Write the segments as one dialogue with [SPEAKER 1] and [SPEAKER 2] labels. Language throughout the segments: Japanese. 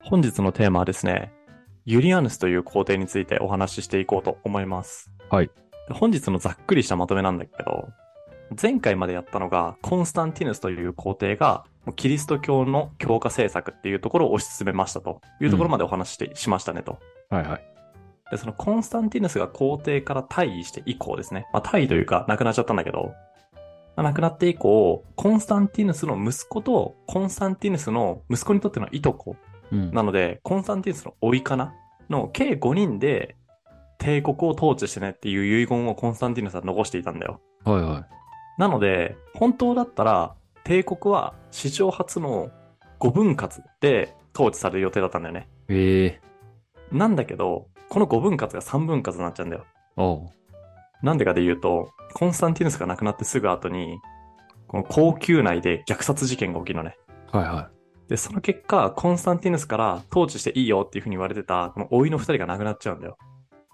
[SPEAKER 1] 本日のテーマはですね、ユリアヌスという皇帝についてお話ししていこうと思います。
[SPEAKER 2] はい
[SPEAKER 1] で。本日のざっくりしたまとめなんだけど、前回までやったのが、コンスタンティヌスという皇帝が、もうキリスト教の教化政策っていうところを推し進めましたというところまでお話しして、しましたねと。
[SPEAKER 2] はいはい。
[SPEAKER 1] で、そのコンスタンティヌスが皇帝から退位して以降ですね。まあ、退位というか、亡くなっちゃったんだけど、まあ亡くなって以降、コンスタンティヌスの息子と、コンスタンティヌスの息子にとってのいとこ
[SPEAKER 2] うん
[SPEAKER 1] なので、コンスタンティヌスの甥いかなの計5人で帝国を統治してねっていう遺言をコンスタンティヌスは残していたんだよ。
[SPEAKER 2] はいは
[SPEAKER 1] なので、本当だったら帝国は史上初の5分割で統治される予定だったんだよね。
[SPEAKER 2] い。ええ
[SPEAKER 1] なんだけど、この5分割が3分割になっちゃうんだよ。
[SPEAKER 2] おう。
[SPEAKER 1] なんでかで言うと、コンスタンティヌスが亡くなってすぐ後に、この皇宮内で虐殺事件が起きるのね。
[SPEAKER 2] はいは
[SPEAKER 1] で、その結果、コンスタンティヌスから統治していいよっていうふうに言われてた、この甥いの二人が亡くなっちゃうんだよ。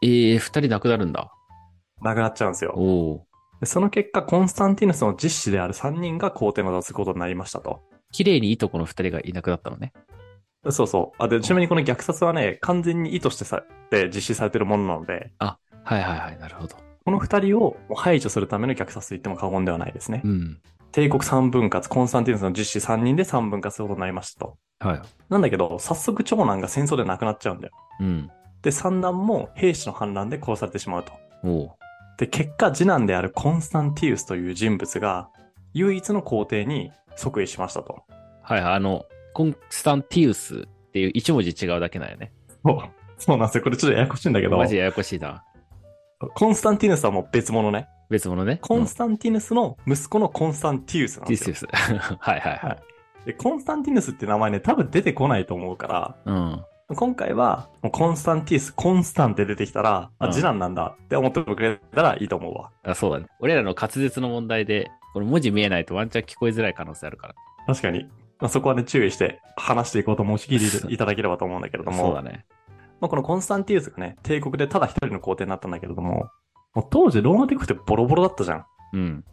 [SPEAKER 2] い。ええ二人亡くなるんだ。
[SPEAKER 1] 亡くなっちゃうんですよ。
[SPEAKER 2] おお。
[SPEAKER 1] でその結果、コンスタンティヌスの実子である3人が皇帝の座をすことになりましたと。
[SPEAKER 2] 綺麗にいとこの二人がいなくなったのね。
[SPEAKER 1] そうそう。あ、で、ちなみにこの虐殺はね、完全に意図してさ、で実施されてるものなので、
[SPEAKER 2] はいはいはい。なるほど。
[SPEAKER 1] この二人を排除するための虐殺と言っても過言ではないですね。
[SPEAKER 2] うん。
[SPEAKER 1] 帝国三分割、コンスタンティヌスの実子3人で三分割することになりましたと。
[SPEAKER 2] はい。
[SPEAKER 1] なんだけど、早速長男が戦争で亡くなっちゃうんだよ。
[SPEAKER 2] うん。
[SPEAKER 1] で、三男も兵士の反乱で殺されてしまうと。
[SPEAKER 2] おお。
[SPEAKER 1] で、結果、次男であるコンスタンティウスという人物が、唯一の皇帝に即位しましたと。
[SPEAKER 2] はいはい。あの、コンスタンティウスっていう一文字違うだけなんよね。
[SPEAKER 1] そうそうなんですよ。これちょっとややこしいんだけど、
[SPEAKER 2] マジややこしいな。
[SPEAKER 1] コンスタンティヌスはもう別物ね。
[SPEAKER 2] 別物ね。
[SPEAKER 1] コンスタンティヌスの息子のコンスタンティウスなん
[SPEAKER 2] ティ
[SPEAKER 1] で
[SPEAKER 2] ウ
[SPEAKER 1] す
[SPEAKER 2] ス
[SPEAKER 1] よ。
[SPEAKER 2] です。はいはいはい。
[SPEAKER 1] で、コンスタンティヌスって名前ね、多分出てこないと思うから、
[SPEAKER 2] うん。
[SPEAKER 1] 今回は、もうコンスタンティウス、コンスタンって出てきたら、
[SPEAKER 2] う
[SPEAKER 1] あ、
[SPEAKER 2] ん
[SPEAKER 1] 次男なんだって思ってくれたらいいと思うわ。
[SPEAKER 2] あそうだね。俺らの滑舌の問題で、この文字見えないとワンチャン聞こえづらい可能性あるから。
[SPEAKER 1] 確かに。まあ、そこはね、注意して話していこうと申し切りいただければと思うんだけれども、
[SPEAKER 2] そうだね。
[SPEAKER 1] まあ、このコンスタンティウスがね、帝国でただ一人の皇帝になったんだけれども、もう当時ローマ帝国ってボロボロだったじゃん。
[SPEAKER 2] うん。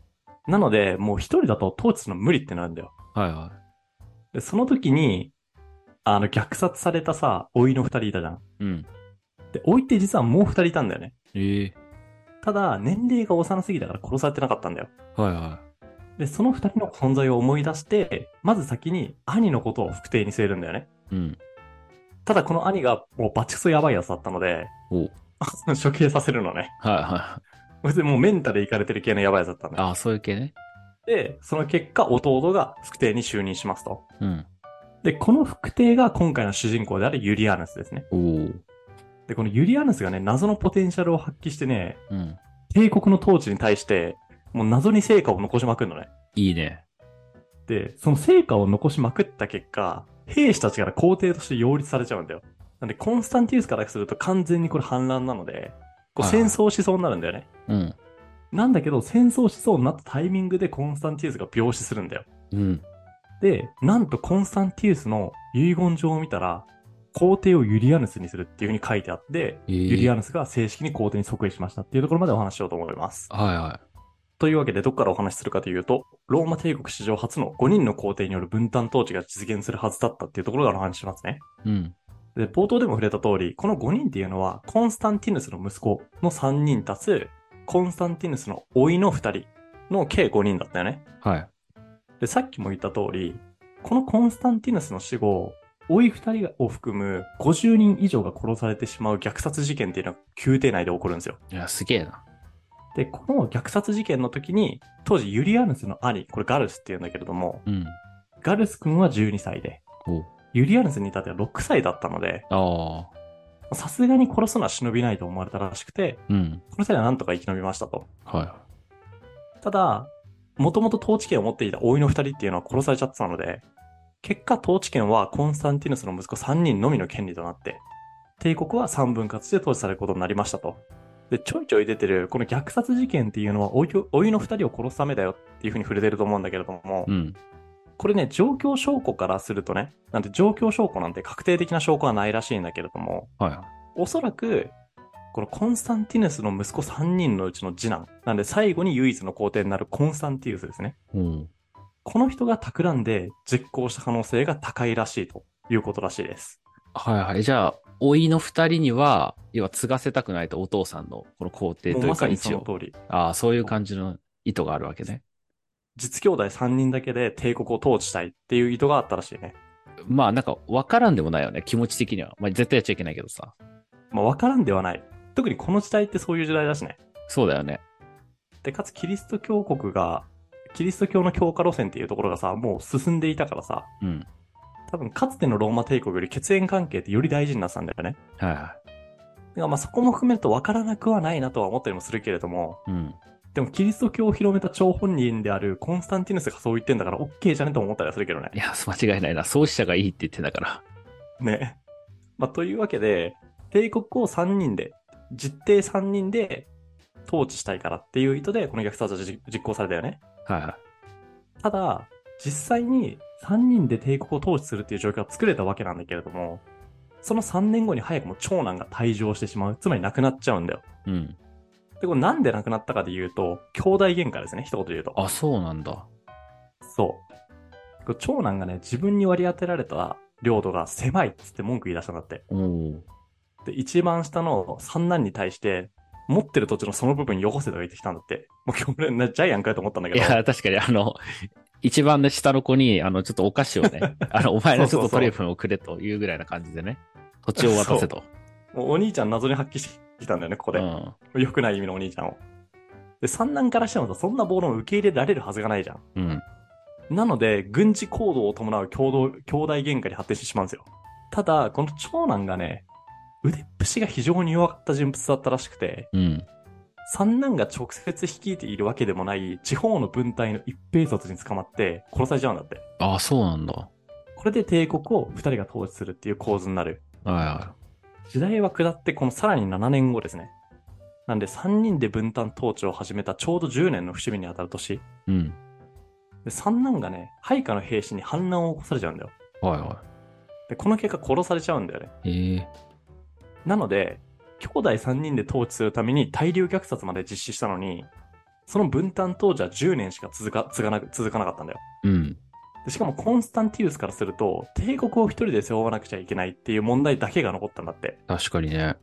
[SPEAKER 1] なので、もう一人だと統治するの無理ってなるんだよ。
[SPEAKER 2] はいは
[SPEAKER 1] で、その時に、あの、虐殺されたさ、老いの二人いたじゃん。
[SPEAKER 2] い。うん。
[SPEAKER 1] で、老いって実はもう二人いたんだよね。
[SPEAKER 2] ええ
[SPEAKER 1] ただ、年齢が幼すぎたから殺されてなかったんだよ。
[SPEAKER 2] はいは
[SPEAKER 1] で、その二人の存在を思い出して、まず先に兄のことを不定に据えるんだよね。
[SPEAKER 2] い。うん。
[SPEAKER 1] ただこの兄がもうバチクソやばいやつだったので、
[SPEAKER 2] おう
[SPEAKER 1] 処刑させるのね。
[SPEAKER 2] はいはい。
[SPEAKER 1] 別にもうメンタルいかれてる系のやばいやつだったんだよ。
[SPEAKER 2] ああ、そういう系ね。
[SPEAKER 1] で、その結果、弟が副帝に就任しますと。
[SPEAKER 2] うん。
[SPEAKER 1] で、この副帝が今回の主人公であるユリアヌスですね。
[SPEAKER 2] おお。
[SPEAKER 1] で、このユリアヌスがね、謎のポテンシャルを発揮してね、
[SPEAKER 2] うん。
[SPEAKER 1] 帝国の統治に対して、もう謎に成果を残しまくるのね。
[SPEAKER 2] いいね。
[SPEAKER 1] で、その成果を残しまくった結果、兵士たちから皇帝として擁立されちゃうんだよ。なんで、コンスタンティウスからすると完全にこれ反乱なので、こう
[SPEAKER 2] はい
[SPEAKER 1] 戦
[SPEAKER 2] はい
[SPEAKER 1] 争しそうになるんだよね。
[SPEAKER 2] うん。
[SPEAKER 1] なんだけど、戦争しそうになったタイミングでコンスタンティウスが病死するんだよ。
[SPEAKER 2] うん。
[SPEAKER 1] で、なんとコンスタンティウスの遺言状を見たら、皇帝をユリアヌスにするっていう風に書いてあって、
[SPEAKER 2] えー
[SPEAKER 1] ユリアヌスが正式に皇帝に即位しましたっていうところまでお話しようと思います。
[SPEAKER 2] はいは
[SPEAKER 1] というわけで、どこからお話しするかというと、ローマ帝国史上初の5人の皇帝による分担統治が実現するはずだったっていうところからお話ししますね。
[SPEAKER 2] い。うん。
[SPEAKER 1] で、冒頭でも触れた通り、この5人っていうのは、コンスタンティヌスの息子の3人足す、コンスタンティヌスの甥いの2人の計5人だったよね。
[SPEAKER 2] はい。
[SPEAKER 1] で、さっきも言った通り、このコンスタンティヌスの死後、甥い2人を含む50人以上が殺されてしまう虐殺事件っていうのが宮廷内で起こるんですよ。
[SPEAKER 2] いや、すげえな。
[SPEAKER 1] で、この虐殺事件の時に、当時ユリアヌスの兄、これガルスっていうんだけれども、
[SPEAKER 2] うん。
[SPEAKER 1] ガルス君は12歳で、
[SPEAKER 2] お
[SPEAKER 1] ユリアヌスに至っては6歳だったので、
[SPEAKER 2] ああ。
[SPEAKER 1] さすがに殺すのは忍びないと思われたらしくて、
[SPEAKER 2] うん。
[SPEAKER 1] この際はなんとか生き延びましたと。
[SPEAKER 2] は
[SPEAKER 1] ただ、もともと統治権を持っていた甥いの二人っていうのは殺されちゃってたので、結果統治権はコンスタンティヌスの息子3人のみの権利となって、帝国は3分割で統治されることになりましたと。で、ちょいちょい出てる、この虐殺事件っていうのは、甥いを甥いの二人を殺すためだよっていうふうに触れてると思うんだけれども
[SPEAKER 2] い。う、ん。
[SPEAKER 1] これね、状況証拠からするとね、なんて状況証拠なんて確定的な証拠はないらしいんだけれども、
[SPEAKER 2] はいはい。
[SPEAKER 1] おそらく、このコンスタンティヌスの息子3人のうちの次男。なんで最後に唯一の皇帝になるコンスタンティウスですね。
[SPEAKER 2] うん。
[SPEAKER 1] この人が企んで実行した可能性が高いらしいということらしいです。
[SPEAKER 2] はいはい。じゃあ、老いの二人には、要は継がせたくないとお父さんのこの皇帝
[SPEAKER 1] も
[SPEAKER 2] と
[SPEAKER 1] う
[SPEAKER 2] い
[SPEAKER 1] ま
[SPEAKER 2] う
[SPEAKER 1] さ
[SPEAKER 2] か
[SPEAKER 1] にそ
[SPEAKER 2] 一
[SPEAKER 1] の
[SPEAKER 2] 応、
[SPEAKER 1] 通り。
[SPEAKER 2] ああ、そういう感じの意図があるわけね。
[SPEAKER 1] 実兄弟3人だけで帝国を統治したいっていう意図があったらしいね。
[SPEAKER 2] まあなんか分からんでもないよね、気持ち的には。まあ絶対やっちゃいけないけどさ。
[SPEAKER 1] まあ、わからんではない。特にこの時代ってそういう時代だしね。
[SPEAKER 2] そうだよね。
[SPEAKER 1] で、かつキリスト教国が、キリスト教の強化路線っていうところがさ、もう進んでいたからさ、
[SPEAKER 2] うん。
[SPEAKER 1] 多分かつてのローマ帝国より血縁関係ってより大事になってたんだよね。
[SPEAKER 2] はいは
[SPEAKER 1] だからまあそこも含めるとわからなくはないなとは思ったりもするけれども、
[SPEAKER 2] い。うん。
[SPEAKER 1] でもキリスト教を広めた張本人であるコンスタンティヌスがそう言ってんだから OK じゃねとも思ったりはするけどね
[SPEAKER 2] い。や、 間違いないな。創始者がいいって言ってんだから。
[SPEAKER 1] ね。まあというわけで、帝国を3人で、実帝3人で統治したいからっていう意図でこの虐殺は実実行されたよね。
[SPEAKER 2] はいはい。
[SPEAKER 1] ただ、実際に3人で帝国を統治するっていう状況が作れたわけなんだけれども、その3年後に早くも長男が退場してしまう。つまり亡くなっちゃうんだよ。
[SPEAKER 2] うん。
[SPEAKER 1] で、これなんで亡くなったかで言うと、兄弟喧嘩ですね、一言で言うと。
[SPEAKER 2] あ、そうなんだ。
[SPEAKER 1] そう。これ長男がね、自分に割り当てられた領土が狭いっつって文句言い出したんだって。
[SPEAKER 2] おお。
[SPEAKER 1] で、一番下の三男に対して、持ってる土地のその部分よこせとか言ってきたんだって。もう今日俺な、ジャイアンかよと思ったんだ
[SPEAKER 2] い
[SPEAKER 1] けど。
[SPEAKER 2] や、確かにあの、一番の下の子に、あの、ちょっとお菓子を ね、あの、お前のちょ
[SPEAKER 1] そうそうそ
[SPEAKER 2] っと
[SPEAKER 1] う
[SPEAKER 2] トリュフをくれというぐらいな感じでね、土地を渡せと。
[SPEAKER 1] もうお兄ちゃん謎に発揮してきたんだよね、ここ
[SPEAKER 2] う
[SPEAKER 1] で。
[SPEAKER 2] ん。
[SPEAKER 1] 良くない意味のお兄ちゃんを。で、三男からしてもさ、そんな暴論を受け入れられるはずがないじゃん。
[SPEAKER 2] うん。
[SPEAKER 1] なので、軍事行動を伴う共同、兄弟喧嘩に発展してしまうんですよ。ただ、この長男がね、腕っぷしが非常に弱かった人物だったらしくて、
[SPEAKER 2] うん。
[SPEAKER 1] 三男が直接率いているわけでもない地方の分隊の一兵卒に捕まって殺されちゃうんだって。
[SPEAKER 2] あ、そうなんだ。は
[SPEAKER 1] これで帝国を二人が統治するっていう構図になる。
[SPEAKER 2] いは
[SPEAKER 1] 時代は下ってこのさらに7年後ですね。なんで3人で分担統治を始めたちょうど10年の節目にあたる年。
[SPEAKER 2] い。うん。
[SPEAKER 1] で、三男がね、配下の兵士に反乱を起こされちゃうんだよ。
[SPEAKER 2] はいは
[SPEAKER 1] で、この結果殺されちゃうんだよね。
[SPEAKER 2] い。へえ。
[SPEAKER 1] なので、兄弟3人で統治するために大量虐殺まで実施したのに、その分担当時は10年しか続か、続かなく、続かなかったんだよ。
[SPEAKER 2] うん。
[SPEAKER 1] でしかもコンスタンティウスからすると、帝国を一人で背負わなくちゃいけないっていう問題だけが残ったんだって。
[SPEAKER 2] 確かにね。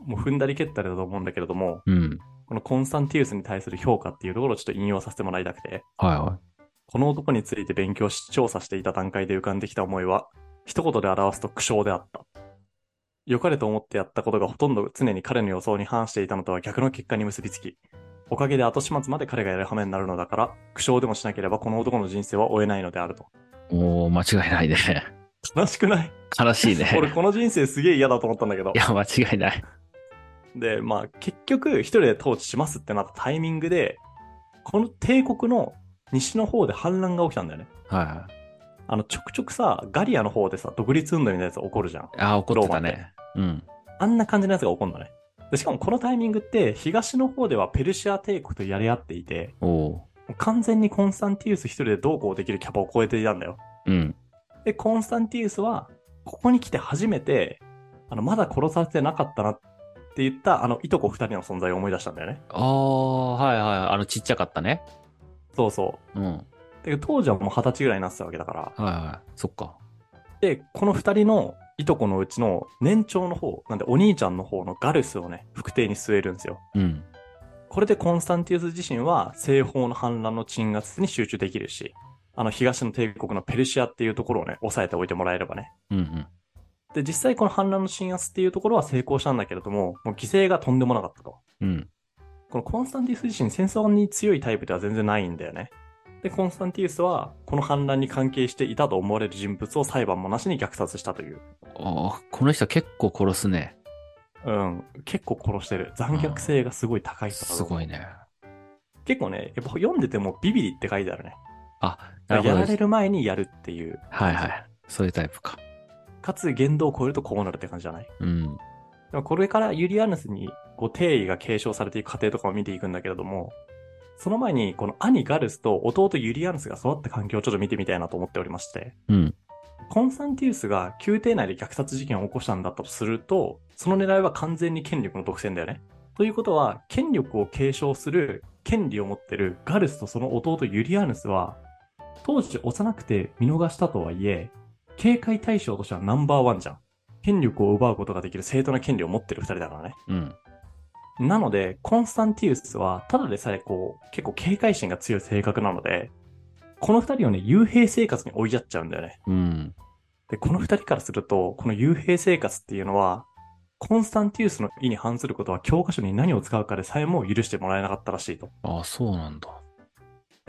[SPEAKER 1] もう踏んだり蹴ったりだと思うんだけれども、
[SPEAKER 2] うん。
[SPEAKER 1] このコンスタンティウスに対する評価っていうところをちょっと引用させてもらいたくて、
[SPEAKER 2] はいは
[SPEAKER 1] この男について勉強し、調査していた段階で浮かんできた思いは、一言で表すと苦笑であった。良かれと思ってやったことがほとんど常に彼の予想に反していたのとは逆の結果に結びつき、おかげで後始末まで彼がやる羽目になるのだから、苦笑でもしなければこの男の人生は終えないのであると。
[SPEAKER 2] い。おお、間違いないね。
[SPEAKER 1] 悲しくない
[SPEAKER 2] 悲しいね。
[SPEAKER 1] 俺この人生すげえ嫌だと思ったんだけど
[SPEAKER 2] い。や、間違いない。
[SPEAKER 1] で、まあ結局一人で統治しますってなったタイミングで、この帝国の西の方で反乱が起きたんだよね。
[SPEAKER 2] はいは
[SPEAKER 1] あの、ちょくちょくさ、ガリアの方でさ、独立運動みたいなやつ起こるじゃん。
[SPEAKER 2] い。ああ、怒ってたね。うん。
[SPEAKER 1] あんな感じのやつが起こるのね。でしかもこのタイミングって、東の方ではペルシア帝国とやり合っていて、
[SPEAKER 2] おお
[SPEAKER 1] もう完全にコンスタンティウス一人でどうこうできるキャパを超えていたんだよ。
[SPEAKER 2] ー。うん。
[SPEAKER 1] で、コンスタンティウスは、ここに来て初めて、あの、まだ殺されてなかったなって言った、あの、いとこ二人の存在を思い出したんだよね。
[SPEAKER 2] ああ、はいはい。あの、ちっちゃかったね。
[SPEAKER 1] そうそう。
[SPEAKER 2] うん。はい
[SPEAKER 1] で当時はもう二十歳ぐらいになってたわけだから。
[SPEAKER 2] はい。そっか。
[SPEAKER 1] で、この二人のいとこのうちの年長の方、なんでお兄ちゃんの方のガルスをね、副帝に据えるんですよ。
[SPEAKER 2] うん。
[SPEAKER 1] これでコンスタンティウス自身は西方の反乱の鎮圧に集中できるし、あの東の帝国のペルシアっていうところをね、抑えておいてもらえればね。
[SPEAKER 2] うんうん。
[SPEAKER 1] で、実際この反乱の鎮圧っていうところは成功したんだけれども、もう犠牲がとんでもなかったと。
[SPEAKER 2] うん。
[SPEAKER 1] このコンスタンティウス自身戦争に強いタイプでは全然ないんだよね。で、コンスタンティウスは、この反乱に関係していたと思われる人物を裁判もなしに虐殺したという。
[SPEAKER 2] ああ、この人結構殺すね。
[SPEAKER 1] うん。結構殺してる。残虐性がすごい高い人だと
[SPEAKER 2] す
[SPEAKER 1] 思う
[SPEAKER 2] ごいね。
[SPEAKER 1] 結構ね、やっぱ読んでてもビビリって書いてあるね。
[SPEAKER 2] あ、な
[SPEAKER 1] や
[SPEAKER 2] るほど。
[SPEAKER 1] られる前にやるっていう。
[SPEAKER 2] はいはい。そういうタイプか。
[SPEAKER 1] かつ言動を超えるとこうなるって感じじゃない。
[SPEAKER 2] うん。
[SPEAKER 1] でもこれからユリアヌスにこう定位が継承されていく過程とかを見ていくんだけれども、その前にこの兄ガルスと弟ユリアヌスが育った環境をちょっと見てみたいなと思っておりまして、
[SPEAKER 2] うん。
[SPEAKER 1] コンスタンティウスが宮廷内で虐殺事件を起こしたんだったとすると、その狙いは完全に権力の独占だよね。ということは、権力を継承する権利を持ってるガルスとその弟ユリアヌスは、当時幼くて見逃したとはいえ、警戒対象としてはナンバーワンじゃん。権力を奪うことができる正当な権利を持ってる二人だからね。
[SPEAKER 2] うん。
[SPEAKER 1] なので、コンスタンティウスは、ただでさえこう、結構警戒心が強い性格なので、この二人をね、幽閉生活に追いやっちゃうんだよね。
[SPEAKER 2] うん。
[SPEAKER 1] で、この二人からすると、この幽閉生活っていうのは、コンスタンティウスの意に反することは教科書に何を使うかでさえも許してもらえなかったらしいと。
[SPEAKER 2] ああ、そうなんだ。
[SPEAKER 1] だか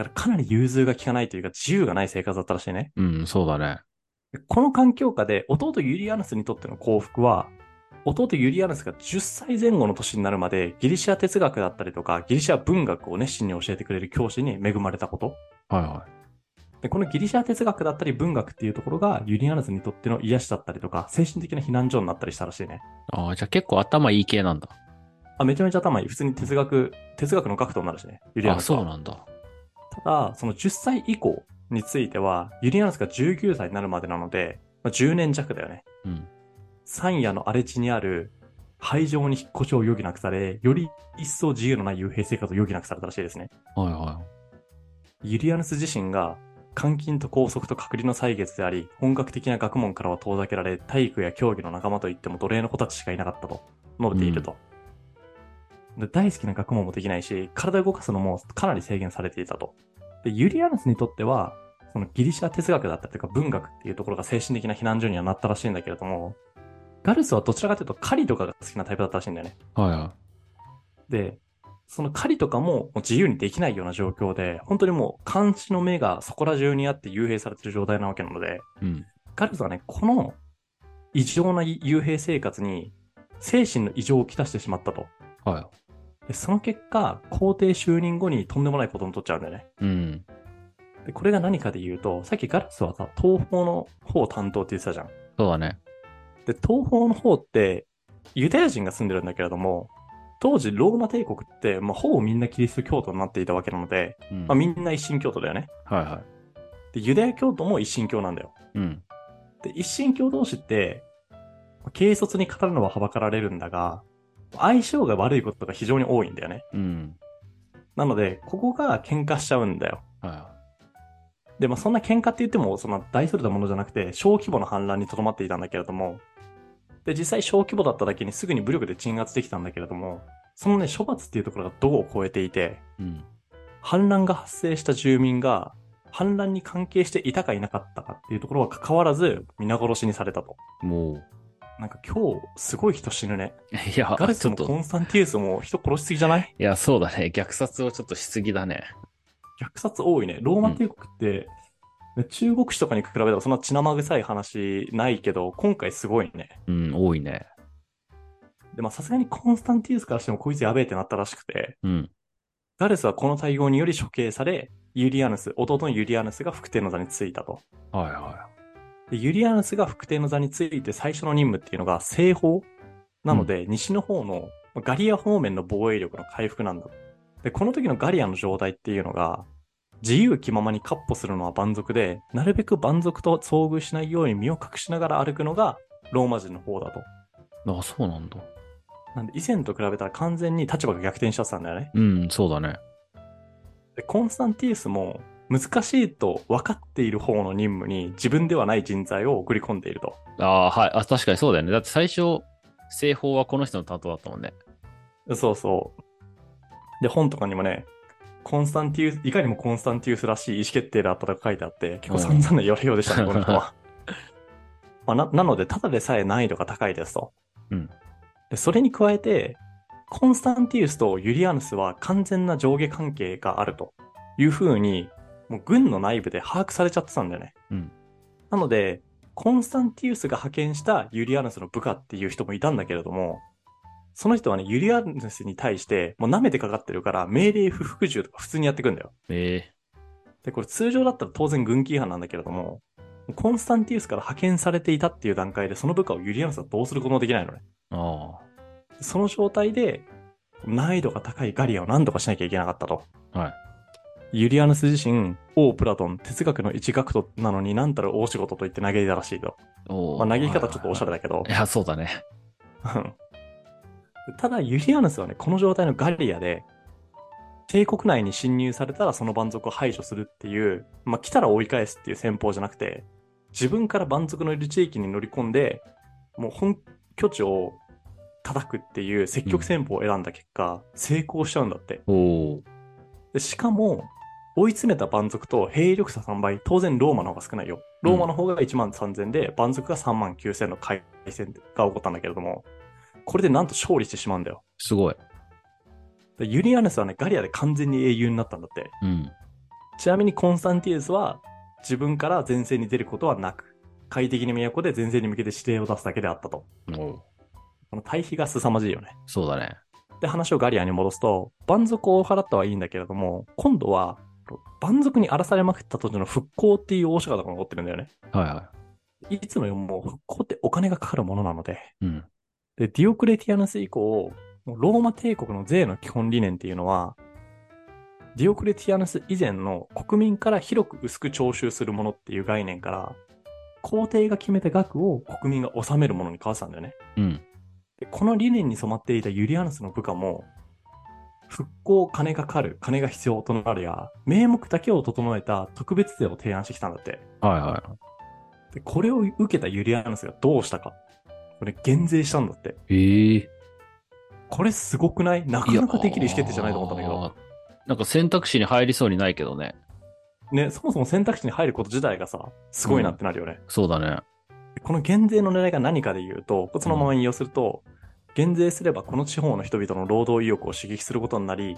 [SPEAKER 1] らかなり融通が利かないというか自由がない生活だったらしいね。
[SPEAKER 2] うん、そうだね。
[SPEAKER 1] でこの環境下で弟ユリアヌスにとっての幸福は、弟ユリアヌスが10歳前後の年になるまでギリシア哲学だったりとかギリシア文学を熱心に教えてくれる教師に恵まれたこと。
[SPEAKER 2] はいは
[SPEAKER 1] でこのギリシア哲学だったり文学っていうところがユリアヌスにとっての癒しだったりとか精神的な避難所になったりしたらしいね。
[SPEAKER 2] い。ああ、じゃあ結構頭いい系なんだ。
[SPEAKER 1] あめちゃめちゃ頭いい。普通に哲学、哲学の学徒になるしね。ユリア
[SPEAKER 2] あ
[SPEAKER 1] ヌス
[SPEAKER 2] そ
[SPEAKER 1] は。
[SPEAKER 2] うなんだ。
[SPEAKER 1] ただ、その10歳以降については、ユリアヌスが19歳になるまでなので、まあ、10年弱だよね。
[SPEAKER 2] うん。
[SPEAKER 1] 山野の荒れ地にある廃城に引っ越しを余儀なくされ、より一層自由のない幽閉生活を余儀なくされたらしいですね。
[SPEAKER 2] はいは
[SPEAKER 1] ユリアヌス自身が監禁と拘束と隔離の歳月であり、本格的な学問からは遠ざけられ、体育や競技の仲間といっても奴隷の子たちしかいなかったと述べていると。で大好きな学問もできないし、体を動かすのもかなり制限されていたと。でユリアヌスにとっては、そのギリシャ哲学だったりとか文学っていうところが精神的な避難所にはなったらしいんだけれども、ガルスはどちらかというと狩りとかが好きなタイプだったらしいんだよね。
[SPEAKER 2] い。はいは
[SPEAKER 1] で、その狩りとかももう自由にできないような状況で、本当にもう監視の目がそこら中にあって幽閉されてる状態なわけなので、
[SPEAKER 2] い。うん。
[SPEAKER 1] ガルスはね、この異常な幽閉生活に精神の異常をきたしてしまったと。
[SPEAKER 2] は
[SPEAKER 1] でその結果、皇帝就任後にとんでもないことにとっちゃうんだよね。
[SPEAKER 2] い。うん。
[SPEAKER 1] で、これが何かで言うと、さっきガルスはさ、東方の方を担当って言ってたじゃん。
[SPEAKER 2] そうだね。
[SPEAKER 1] で、東方の方って、ユダヤ人が住んでるんだけれども、当時ローマ帝国って、まあ、ほぼみんなキリスト教徒になっていたわけなので、
[SPEAKER 2] うん。
[SPEAKER 1] まあ、みんな一神教徒だよね。
[SPEAKER 2] はいは
[SPEAKER 1] で、ユダヤ教徒も一神教なんだよ。
[SPEAKER 2] い。うん。
[SPEAKER 1] で、一神教同士って、軽率に語るのははばかられるんだが、相性が悪いことが非常に多いんだよね。
[SPEAKER 2] うん。
[SPEAKER 1] なので、ここが喧嘩しちゃうんだよ。
[SPEAKER 2] はいは
[SPEAKER 1] で、まあ、そんな喧嘩って言っても、そんな大それたものじゃなくて、小規模な反乱にとどまっていたんだけれども、で、実際小規模だっただけにすぐに武力で鎮圧できたんだけれども、そのね、処罰っていうところが度を超えていて、
[SPEAKER 2] い。うん。
[SPEAKER 1] 反乱が発生した住民が、反乱に関係していたかいなかったかっていうところは関わらず、皆殺しにされたと。
[SPEAKER 2] も
[SPEAKER 1] なんか今日、すごい人死ぬね。
[SPEAKER 2] う。 いや
[SPEAKER 1] ガル、
[SPEAKER 2] ち
[SPEAKER 1] ス
[SPEAKER 2] ょっ
[SPEAKER 1] もコ
[SPEAKER 2] と、
[SPEAKER 1] ンスタンティウスも人殺しすぎじゃない
[SPEAKER 2] いや、そうだね。虐殺をちょっとしすぎだね。
[SPEAKER 1] 虐殺多いね。ローマ帝国って、ね中国史とかに比べたらそんな血生臭い話ないけど、今回すごいね。
[SPEAKER 2] うん、多いね。
[SPEAKER 1] で、まあさすがにコンスタンティウスからしてもこいつやべえってなったらしくて、
[SPEAKER 2] うん。
[SPEAKER 1] ガルスはこの対応により処刑され、ユリアヌス、弟のユリアヌスが副帝の座に就いたと。
[SPEAKER 2] はいは
[SPEAKER 1] でユリアヌスが副帝の座に就いて最初の任務っていうのが西方なので、西の方のまあガリア方面の防衛力の回復なんだ。で、この時のガリアの状態っていうのが、自由気ままに闊歩するのは蛮族で、なるべく蛮族と遭遇しないように身を隠しながら歩くのがローマ人の方だと。
[SPEAKER 2] い。あ、そうなんだ。
[SPEAKER 1] なんで以前と比べたら完全に立場が逆転しちゃってたんだよね。
[SPEAKER 2] うん、そうだね。
[SPEAKER 1] でコンスタンティウスも難しいと分かっている方の任務に自分ではない人材を送り込んでいると。
[SPEAKER 2] ああー、はい。あ、確かにそうだよね。だって最初、西方はこの人の担当だったもんね。
[SPEAKER 1] そうそう。で、本とかにもね、コンスタンティウス、いかにもコンスタンティウスらしい意思決定だったとか書いてあって、結構散々な言われようでした
[SPEAKER 2] う
[SPEAKER 1] ね、
[SPEAKER 2] ん
[SPEAKER 1] この人 は。まあ、ななので、ただでさえ難易度が高いですと。
[SPEAKER 2] うん
[SPEAKER 1] でそれに加えて、コンスタンティウスとユリアヌスは完全な上下関係があるというふうに、もう軍の内部で把握されちゃってたんだよね。
[SPEAKER 2] うん
[SPEAKER 1] なので、コンスタンティウスが派遣したユリアヌスの部下っていう人もいたんだけれども、その人はね、ユリアヌスに対して、もう舐めてかかってるから、命令不服従とか普通にやってくんだよ。
[SPEAKER 2] え
[SPEAKER 1] で、これ通常だったら当然軍規違反なんだけれども、コンスタンティウスから派遣されていたっていう段階で、その部下をユリアヌスはどうすることもできないのね。
[SPEAKER 2] えあ
[SPEAKER 1] その状態で、難易度が高いガリアを何とかしなきゃいけなかったと。
[SPEAKER 2] あ。はい。
[SPEAKER 1] ユリアヌス自身、王プラトン、哲学の一学徒なのになんたる大仕事と言って嘆いたらしいと。
[SPEAKER 2] お
[SPEAKER 1] まあ、
[SPEAKER 2] ー
[SPEAKER 1] 嘆き方ちょっとおしゃれだけど
[SPEAKER 2] い。や、そうだね。
[SPEAKER 1] うんただ、ユリアヌスはね、この状態のガリアで、帝国内に侵入されたらその蛮族を排除するっていう、まあ、来たら追い返すっていう戦法じゃなくて、自分から蛮族のいる地域に乗り込んで、もう本拠地を叩くっていう積極戦法を選んだ結果、成功しちゃうんだって。
[SPEAKER 2] おお。
[SPEAKER 1] でしかも、追い詰めた蛮族と兵力差3倍、当然ローマの方が少ないよ。ローマの方が1万3000で、蛮族が3万9000の海戦が起こったんだけれども、これでなんと勝利してしまうんだよ。
[SPEAKER 2] すごい。
[SPEAKER 1] でユリアヌスはね、ガリアで完全に英雄になったんだって。
[SPEAKER 2] うん。
[SPEAKER 1] ちなみにコンスタンティヌスは自分から前線に出ることはなく、快適な都で前線に向けて指令を出すだけであったと。
[SPEAKER 2] お
[SPEAKER 1] この対比が凄まじいよね。
[SPEAKER 2] そうだね。
[SPEAKER 1] で、話をガリアに戻すと、蛮族を追い払ったはいいんだけれども、今度は、蛮族に荒らされまくった途中の復興っていう大仕方が残ってるんだよね。
[SPEAKER 2] はいはい
[SPEAKER 1] つもよりも復興ってお金がかかるものなので、
[SPEAKER 2] い。うん。
[SPEAKER 1] で、ディオクレティアヌス以降、もうローマ帝国の税の基本理念っていうのは、ディオクレティアヌス以前の国民から広く薄く徴収するものっていう概念から、皇帝が決めた額を国民が納めるものに変わってたんだよね。
[SPEAKER 2] うん。
[SPEAKER 1] で、この理念に染まっていたユリアヌスの部下も、復興、金がかかる、金が必要となるや、名目だけを整えた特別税を提案してきたんだって。
[SPEAKER 2] はいは
[SPEAKER 1] で、これを受けたユリアヌスがどうしたか。これ、減税したんだって。
[SPEAKER 2] い。ええ
[SPEAKER 1] これすごくないなかなかできる意思決定じゃないと思ったんだけど。
[SPEAKER 2] ど。なんか選択肢に入りそうにないけどね。
[SPEAKER 1] ね、そもそも選択肢に入ること自体がさ、すごいなってなるよね。
[SPEAKER 2] そうだね。
[SPEAKER 1] この減税の狙いが何かで言うと、そのまま引用すると、減税すればこの地方の人々の労働意欲を刺激することになり、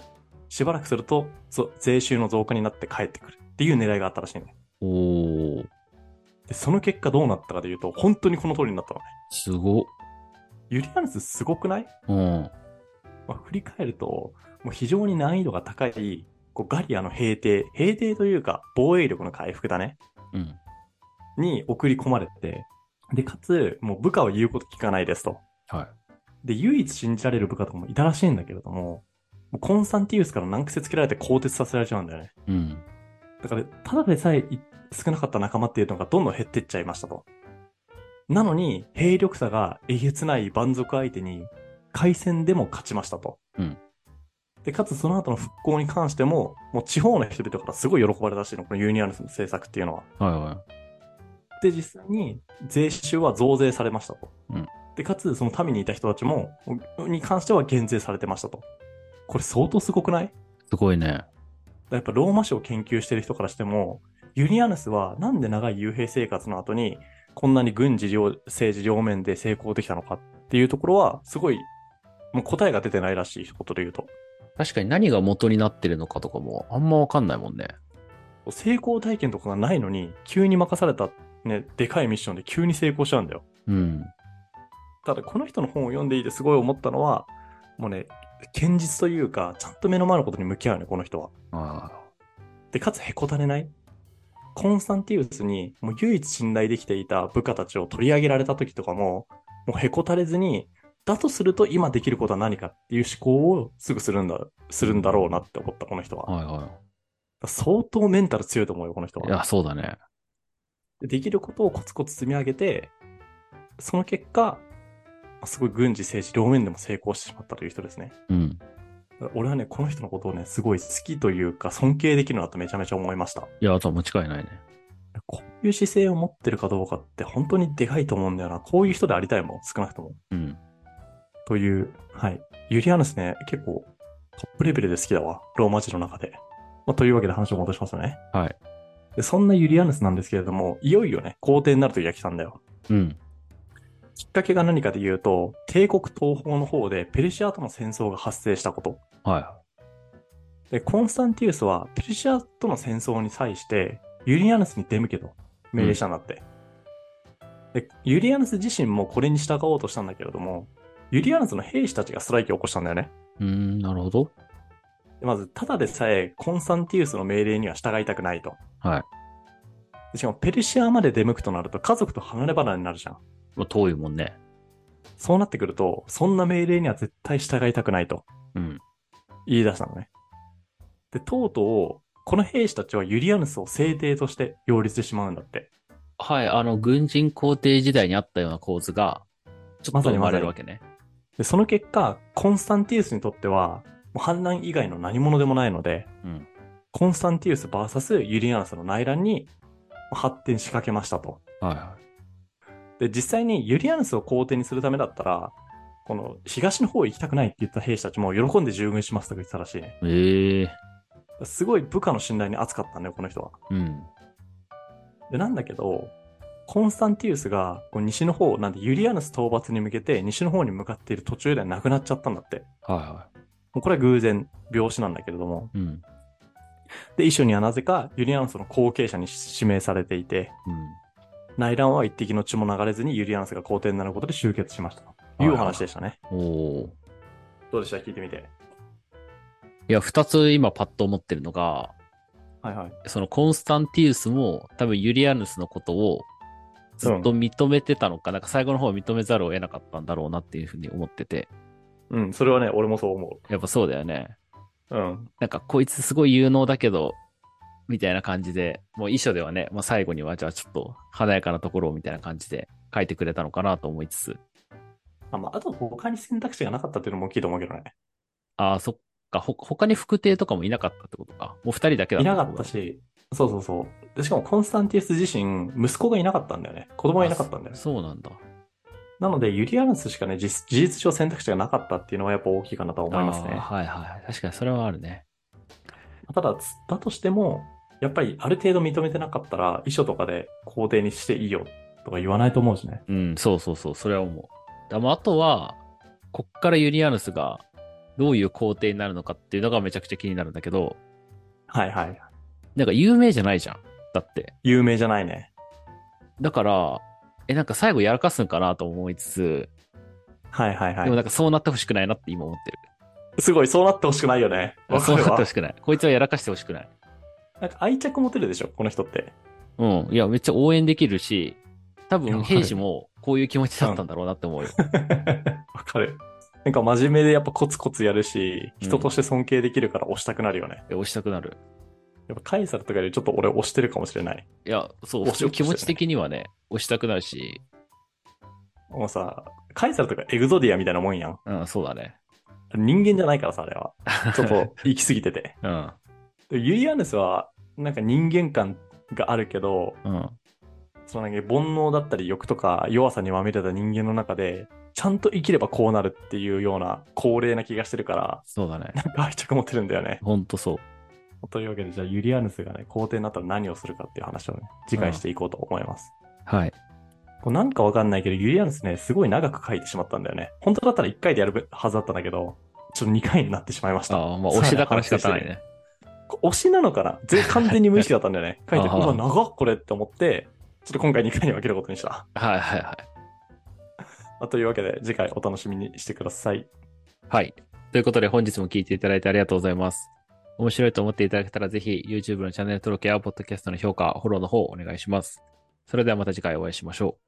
[SPEAKER 1] しばらくすると、そう税収の増加になって帰ってくるっていう狙いがあったらしいね。
[SPEAKER 2] おお。
[SPEAKER 1] で、その結果どうなったかで言うと、本当にこの通りになったのね。
[SPEAKER 2] すごっ。
[SPEAKER 1] ユリアヌスすごくない、
[SPEAKER 2] うん。
[SPEAKER 1] まあ振り返ると、もう非常に難易度が高い、こうガリアの平定、平定というか防衛力の回復だね。
[SPEAKER 2] うん。
[SPEAKER 1] に送り込まれて、で、かつ、もう部下は言うこと聞かないですと。
[SPEAKER 2] はい。
[SPEAKER 1] で、唯一信じられる部下とかもいたらしいんだけれども、もうコンスタンティウスから難癖つけられて更迭させられちゃうんだよね。
[SPEAKER 2] うん。
[SPEAKER 1] だから、ただでさえい少なかった仲間っていうのがどんどん減ってっちゃいましたと。なのに、兵力差がえげつない蛮族相手に、海戦でも勝ちましたと。
[SPEAKER 2] うん
[SPEAKER 1] で、かつその後の復興に関しても、もう地方の人々からすごい喜ばれたらしいの、このユニアヌスの政策っていうのは。
[SPEAKER 2] はいは
[SPEAKER 1] で、実際に税収は増税されましたと。
[SPEAKER 2] うん
[SPEAKER 1] で、かつ、その民にいた人たちも、に関しては減税されてましたと。これ相当すごくないだか
[SPEAKER 2] い。すごいね。
[SPEAKER 1] らやっぱローマ史を研究してる人からしても、ユリアヌスはなんで長い幽閉生活の後に、こんなに軍事両、政治両面で成功できたのかっていうところは、すごい、もう答えが出てないらしい一言で言うと。
[SPEAKER 2] 確かに何が元になってるのかとかもあんまわかんないもんね。
[SPEAKER 1] 成功体験とかがないのに、急に任された、ね、でかいミッションで急に成功しちゃうんだよ。
[SPEAKER 2] うん。
[SPEAKER 1] ただこの人の本を読んでいてすごい思ったのは、もうね、堅実というか、ちゃんと目の前のことに向き合うね、この人は。
[SPEAKER 2] ああ。
[SPEAKER 1] で、かつへこたれない。コンスタンティウスに、もう唯一信頼できていた部下たちを取り上げられた時とかも、もうへこたれずに、だとすると今できることは何かっていう思考をすぐするんだ、するんだろうなって思った、この人は。
[SPEAKER 2] はいは
[SPEAKER 1] 相当メンタル強いと思うよ、この人
[SPEAKER 2] い。
[SPEAKER 1] は。
[SPEAKER 2] いや、そうだね。
[SPEAKER 1] できることをコツコツ積み上げて、その結果、すごい軍事、政治、両面でも成功してしまったという人ですね。
[SPEAKER 2] うん。
[SPEAKER 1] 俺はね、この人のことをね、すごい好きというか、尊敬できるなとめちゃめちゃ思いました。
[SPEAKER 2] いや、あとは間違いないね。
[SPEAKER 1] こういう姿勢を持ってるかどうかって本当にでかいと思うんだよな。こういう人でありたいもん、少なくとも。
[SPEAKER 2] うん。
[SPEAKER 1] という、はい。ユリアヌスね、結構トップレベルで好きだわ。ローマ字の中で。まあ、というわけで話を戻しますね。
[SPEAKER 2] はい。
[SPEAKER 1] で、そんなユリアヌスなんですけれども、いよいよね、皇帝になるときが来たんだよ。
[SPEAKER 2] うん。
[SPEAKER 1] きっかけが何かで言うと、帝国東方の方でペルシアとの戦争が発生したこと。
[SPEAKER 2] は
[SPEAKER 1] で、コンスタンティウスはペルシアとの戦争に際して、ユリアヌスに出向けと命令したんだって。で、ユリアヌス自身もこれに従おうとしたんだけれども、ユリアヌスの兵士たちがストライキを起こしたんだよね。
[SPEAKER 2] い。うーん、なるほど。
[SPEAKER 1] でまず、ただでさえコンスタンティウスの命令には従いたくないと。
[SPEAKER 2] はい
[SPEAKER 1] で。しかも、ペルシアまで出向くとなると家族と離れ離れになるじゃん。
[SPEAKER 2] まあ、遠いもんね。
[SPEAKER 1] そうなってくると、そんな命令には絶対従いたくないと。
[SPEAKER 2] うん。
[SPEAKER 1] 言い出したのね。で、とうとう、この兵士たちはユリアヌスを聖帝として擁立してしまうんだって。
[SPEAKER 2] はい、あの、軍人皇帝時代にあったような構図が、ちょっと生まれるわけね。
[SPEAKER 1] で、その結果、コンスタンティウスにとっては、もう反乱以外の何者でもないので、
[SPEAKER 2] うん
[SPEAKER 1] コンスタンティウス VS ユリアヌスの内乱に発展しかけましたと。
[SPEAKER 2] はいは
[SPEAKER 1] で、実際にユリアヌスを皇帝にするためだったら、この東の方行きたくないって言った兵士たちも喜んで従軍しますとか言ってたらしいね。
[SPEAKER 2] ええ
[SPEAKER 1] すごい部下の信頼に厚かったんだよ、この人は。
[SPEAKER 2] うん。
[SPEAKER 1] で、なんだけど、コンスタンティウスがこう西の方、なんでユリアヌス討伐に向けて西の方に向かっている途中で亡くなっちゃったんだって。
[SPEAKER 2] はいは
[SPEAKER 1] もうこれは偶然、病死なんだけれども。
[SPEAKER 2] い。うん。
[SPEAKER 1] で、遺書にはなぜかユリアヌスの後継者に指名されていて、内乱は一滴の血も流れずにユリアヌスが皇帝になることで終結しましたというお話でしたね。
[SPEAKER 2] うん。おー
[SPEAKER 1] どうでした聞いてみて。
[SPEAKER 2] いや、二つ今パッと思ってるのが、
[SPEAKER 1] はいはい。
[SPEAKER 2] そのコンスタンティウスも多分ユリアヌスのことをずっと認めてたのか、なんか最後の方は認めざるを得なかったんだろうなっていうふうに思ってて。
[SPEAKER 1] うん、それはね、俺もそう思
[SPEAKER 2] やっぱそうだよね。
[SPEAKER 1] う。うん。
[SPEAKER 2] なんかこいつすごい有能だけど、みたいな感じで、もう遺書ではね、まあ、最後にはじゃあちょっと華やかなところをみたいな感じで書いてくれたのかなと思いつつ、
[SPEAKER 1] あまあ、あと他に選択肢がなかったっていうのも大きいと思うけどね。
[SPEAKER 2] ああ、そっか、ほ、他に副帝とかもいなかったってことか。もう二人だけだ
[SPEAKER 1] い
[SPEAKER 2] た
[SPEAKER 1] なかったし、そうそうそう。でしかもコンスタンティウス自身、息子がいなかったんだよね。子供がいなかったんだよ
[SPEAKER 2] あ
[SPEAKER 1] ね。
[SPEAKER 2] そうなんだ。
[SPEAKER 1] なので、ユリアヌスしかね、実事実上選択肢がなかったっていうのはやっぱ大きいかなとは思います
[SPEAKER 2] あー
[SPEAKER 1] ね。
[SPEAKER 2] はいはい。確かにそれはあるね。
[SPEAKER 1] ただ、つだとしても、やっぱりある程度認めてなかったら、遺書とかで皇帝にしていいよとか言わないと思うしね。
[SPEAKER 2] うん、そうそうそう、それは思う。だまあ、あとは、こっからユリアヌスがどういう皇帝になるのかっていうのがめちゃくちゃ気になるんだけど、
[SPEAKER 1] はいはい。
[SPEAKER 2] なんか有名じゃないじゃん。だって。
[SPEAKER 1] 有名じゃないね。
[SPEAKER 2] だから、え、なんか最後やらかすんかなと思いつつ、
[SPEAKER 1] はいはいは。
[SPEAKER 2] でもないんかそうなってほしくないなって今思ってる。
[SPEAKER 1] すごい、そうなってほしくないよね。わか
[SPEAKER 2] そう
[SPEAKER 1] る
[SPEAKER 2] なってほ
[SPEAKER 1] わ。
[SPEAKER 2] しくない。こいつはやらかしてほしくない。
[SPEAKER 1] なんか愛着持てるでしょ、この人って。
[SPEAKER 2] うん。いや、めっちゃ応援できるし、
[SPEAKER 1] いや
[SPEAKER 2] 多分
[SPEAKER 1] わかる
[SPEAKER 2] 兵士もこういう気持ちだったんだろうなって思うよ。
[SPEAKER 1] わかる。なんか真面目でやっぱコツコツやるし、
[SPEAKER 2] うん
[SPEAKER 1] 人として尊敬できるから押したくなるよね。
[SPEAKER 2] え押したくなる。
[SPEAKER 1] やっぱカイサルとかよりちょっと俺押してるかもしれない。
[SPEAKER 2] いや、そう、
[SPEAKER 1] 押しようとして
[SPEAKER 2] 気
[SPEAKER 1] るね
[SPEAKER 2] 持ち的にはね、押したくなるし、
[SPEAKER 1] もうさ、カイサルとかエグゾディアみたいなもんやん。
[SPEAKER 2] うん、そうだね。
[SPEAKER 1] 人間じゃないからさ、あれ は。ちょっと行き過ぎてて。
[SPEAKER 2] うん、
[SPEAKER 1] でユリアヌスは、なんか人間感があるけど、
[SPEAKER 2] うん。
[SPEAKER 1] そのなんか煩悩だったり欲とか弱さにまみれた人間の中で、ちゃんと生きればこうなるっていうような高齢な気がしてるから、
[SPEAKER 2] そうだね。
[SPEAKER 1] なんか愛着持ってるんだよね。
[SPEAKER 2] ほんとそう。
[SPEAKER 1] というわけで、じゃあユリアヌスがね、皇帝になったら何をするかっていう話をね、次回していこうと思います。
[SPEAKER 2] はい。
[SPEAKER 1] こうなんかわかんないけど、ユリアヌスね、すごい長く書いてしまったんだよね。本当だったら1回でやるはずだったんだけど、ちょっと2回になってしまいました。
[SPEAKER 2] ああ、まあ、推しだから仕方ないね。
[SPEAKER 1] これ推しなのかな全完全に無意識だったんだよ ね。書いて、
[SPEAKER 2] あ
[SPEAKER 1] う
[SPEAKER 2] ー
[SPEAKER 1] わ、長っこれって思って、ちょっと今回2回に分けることにした。
[SPEAKER 2] はいはいはい。
[SPEAKER 1] まあというわけで、次回お楽しみにしてください。
[SPEAKER 2] はい。ということで、本日も聞いていただいてありがとうございます。面白いと思っていただけたら、ぜひ YouTube のチャンネル登録や Podcast の評価、フォローの方お願いします。それではまた次回お会いしましょう。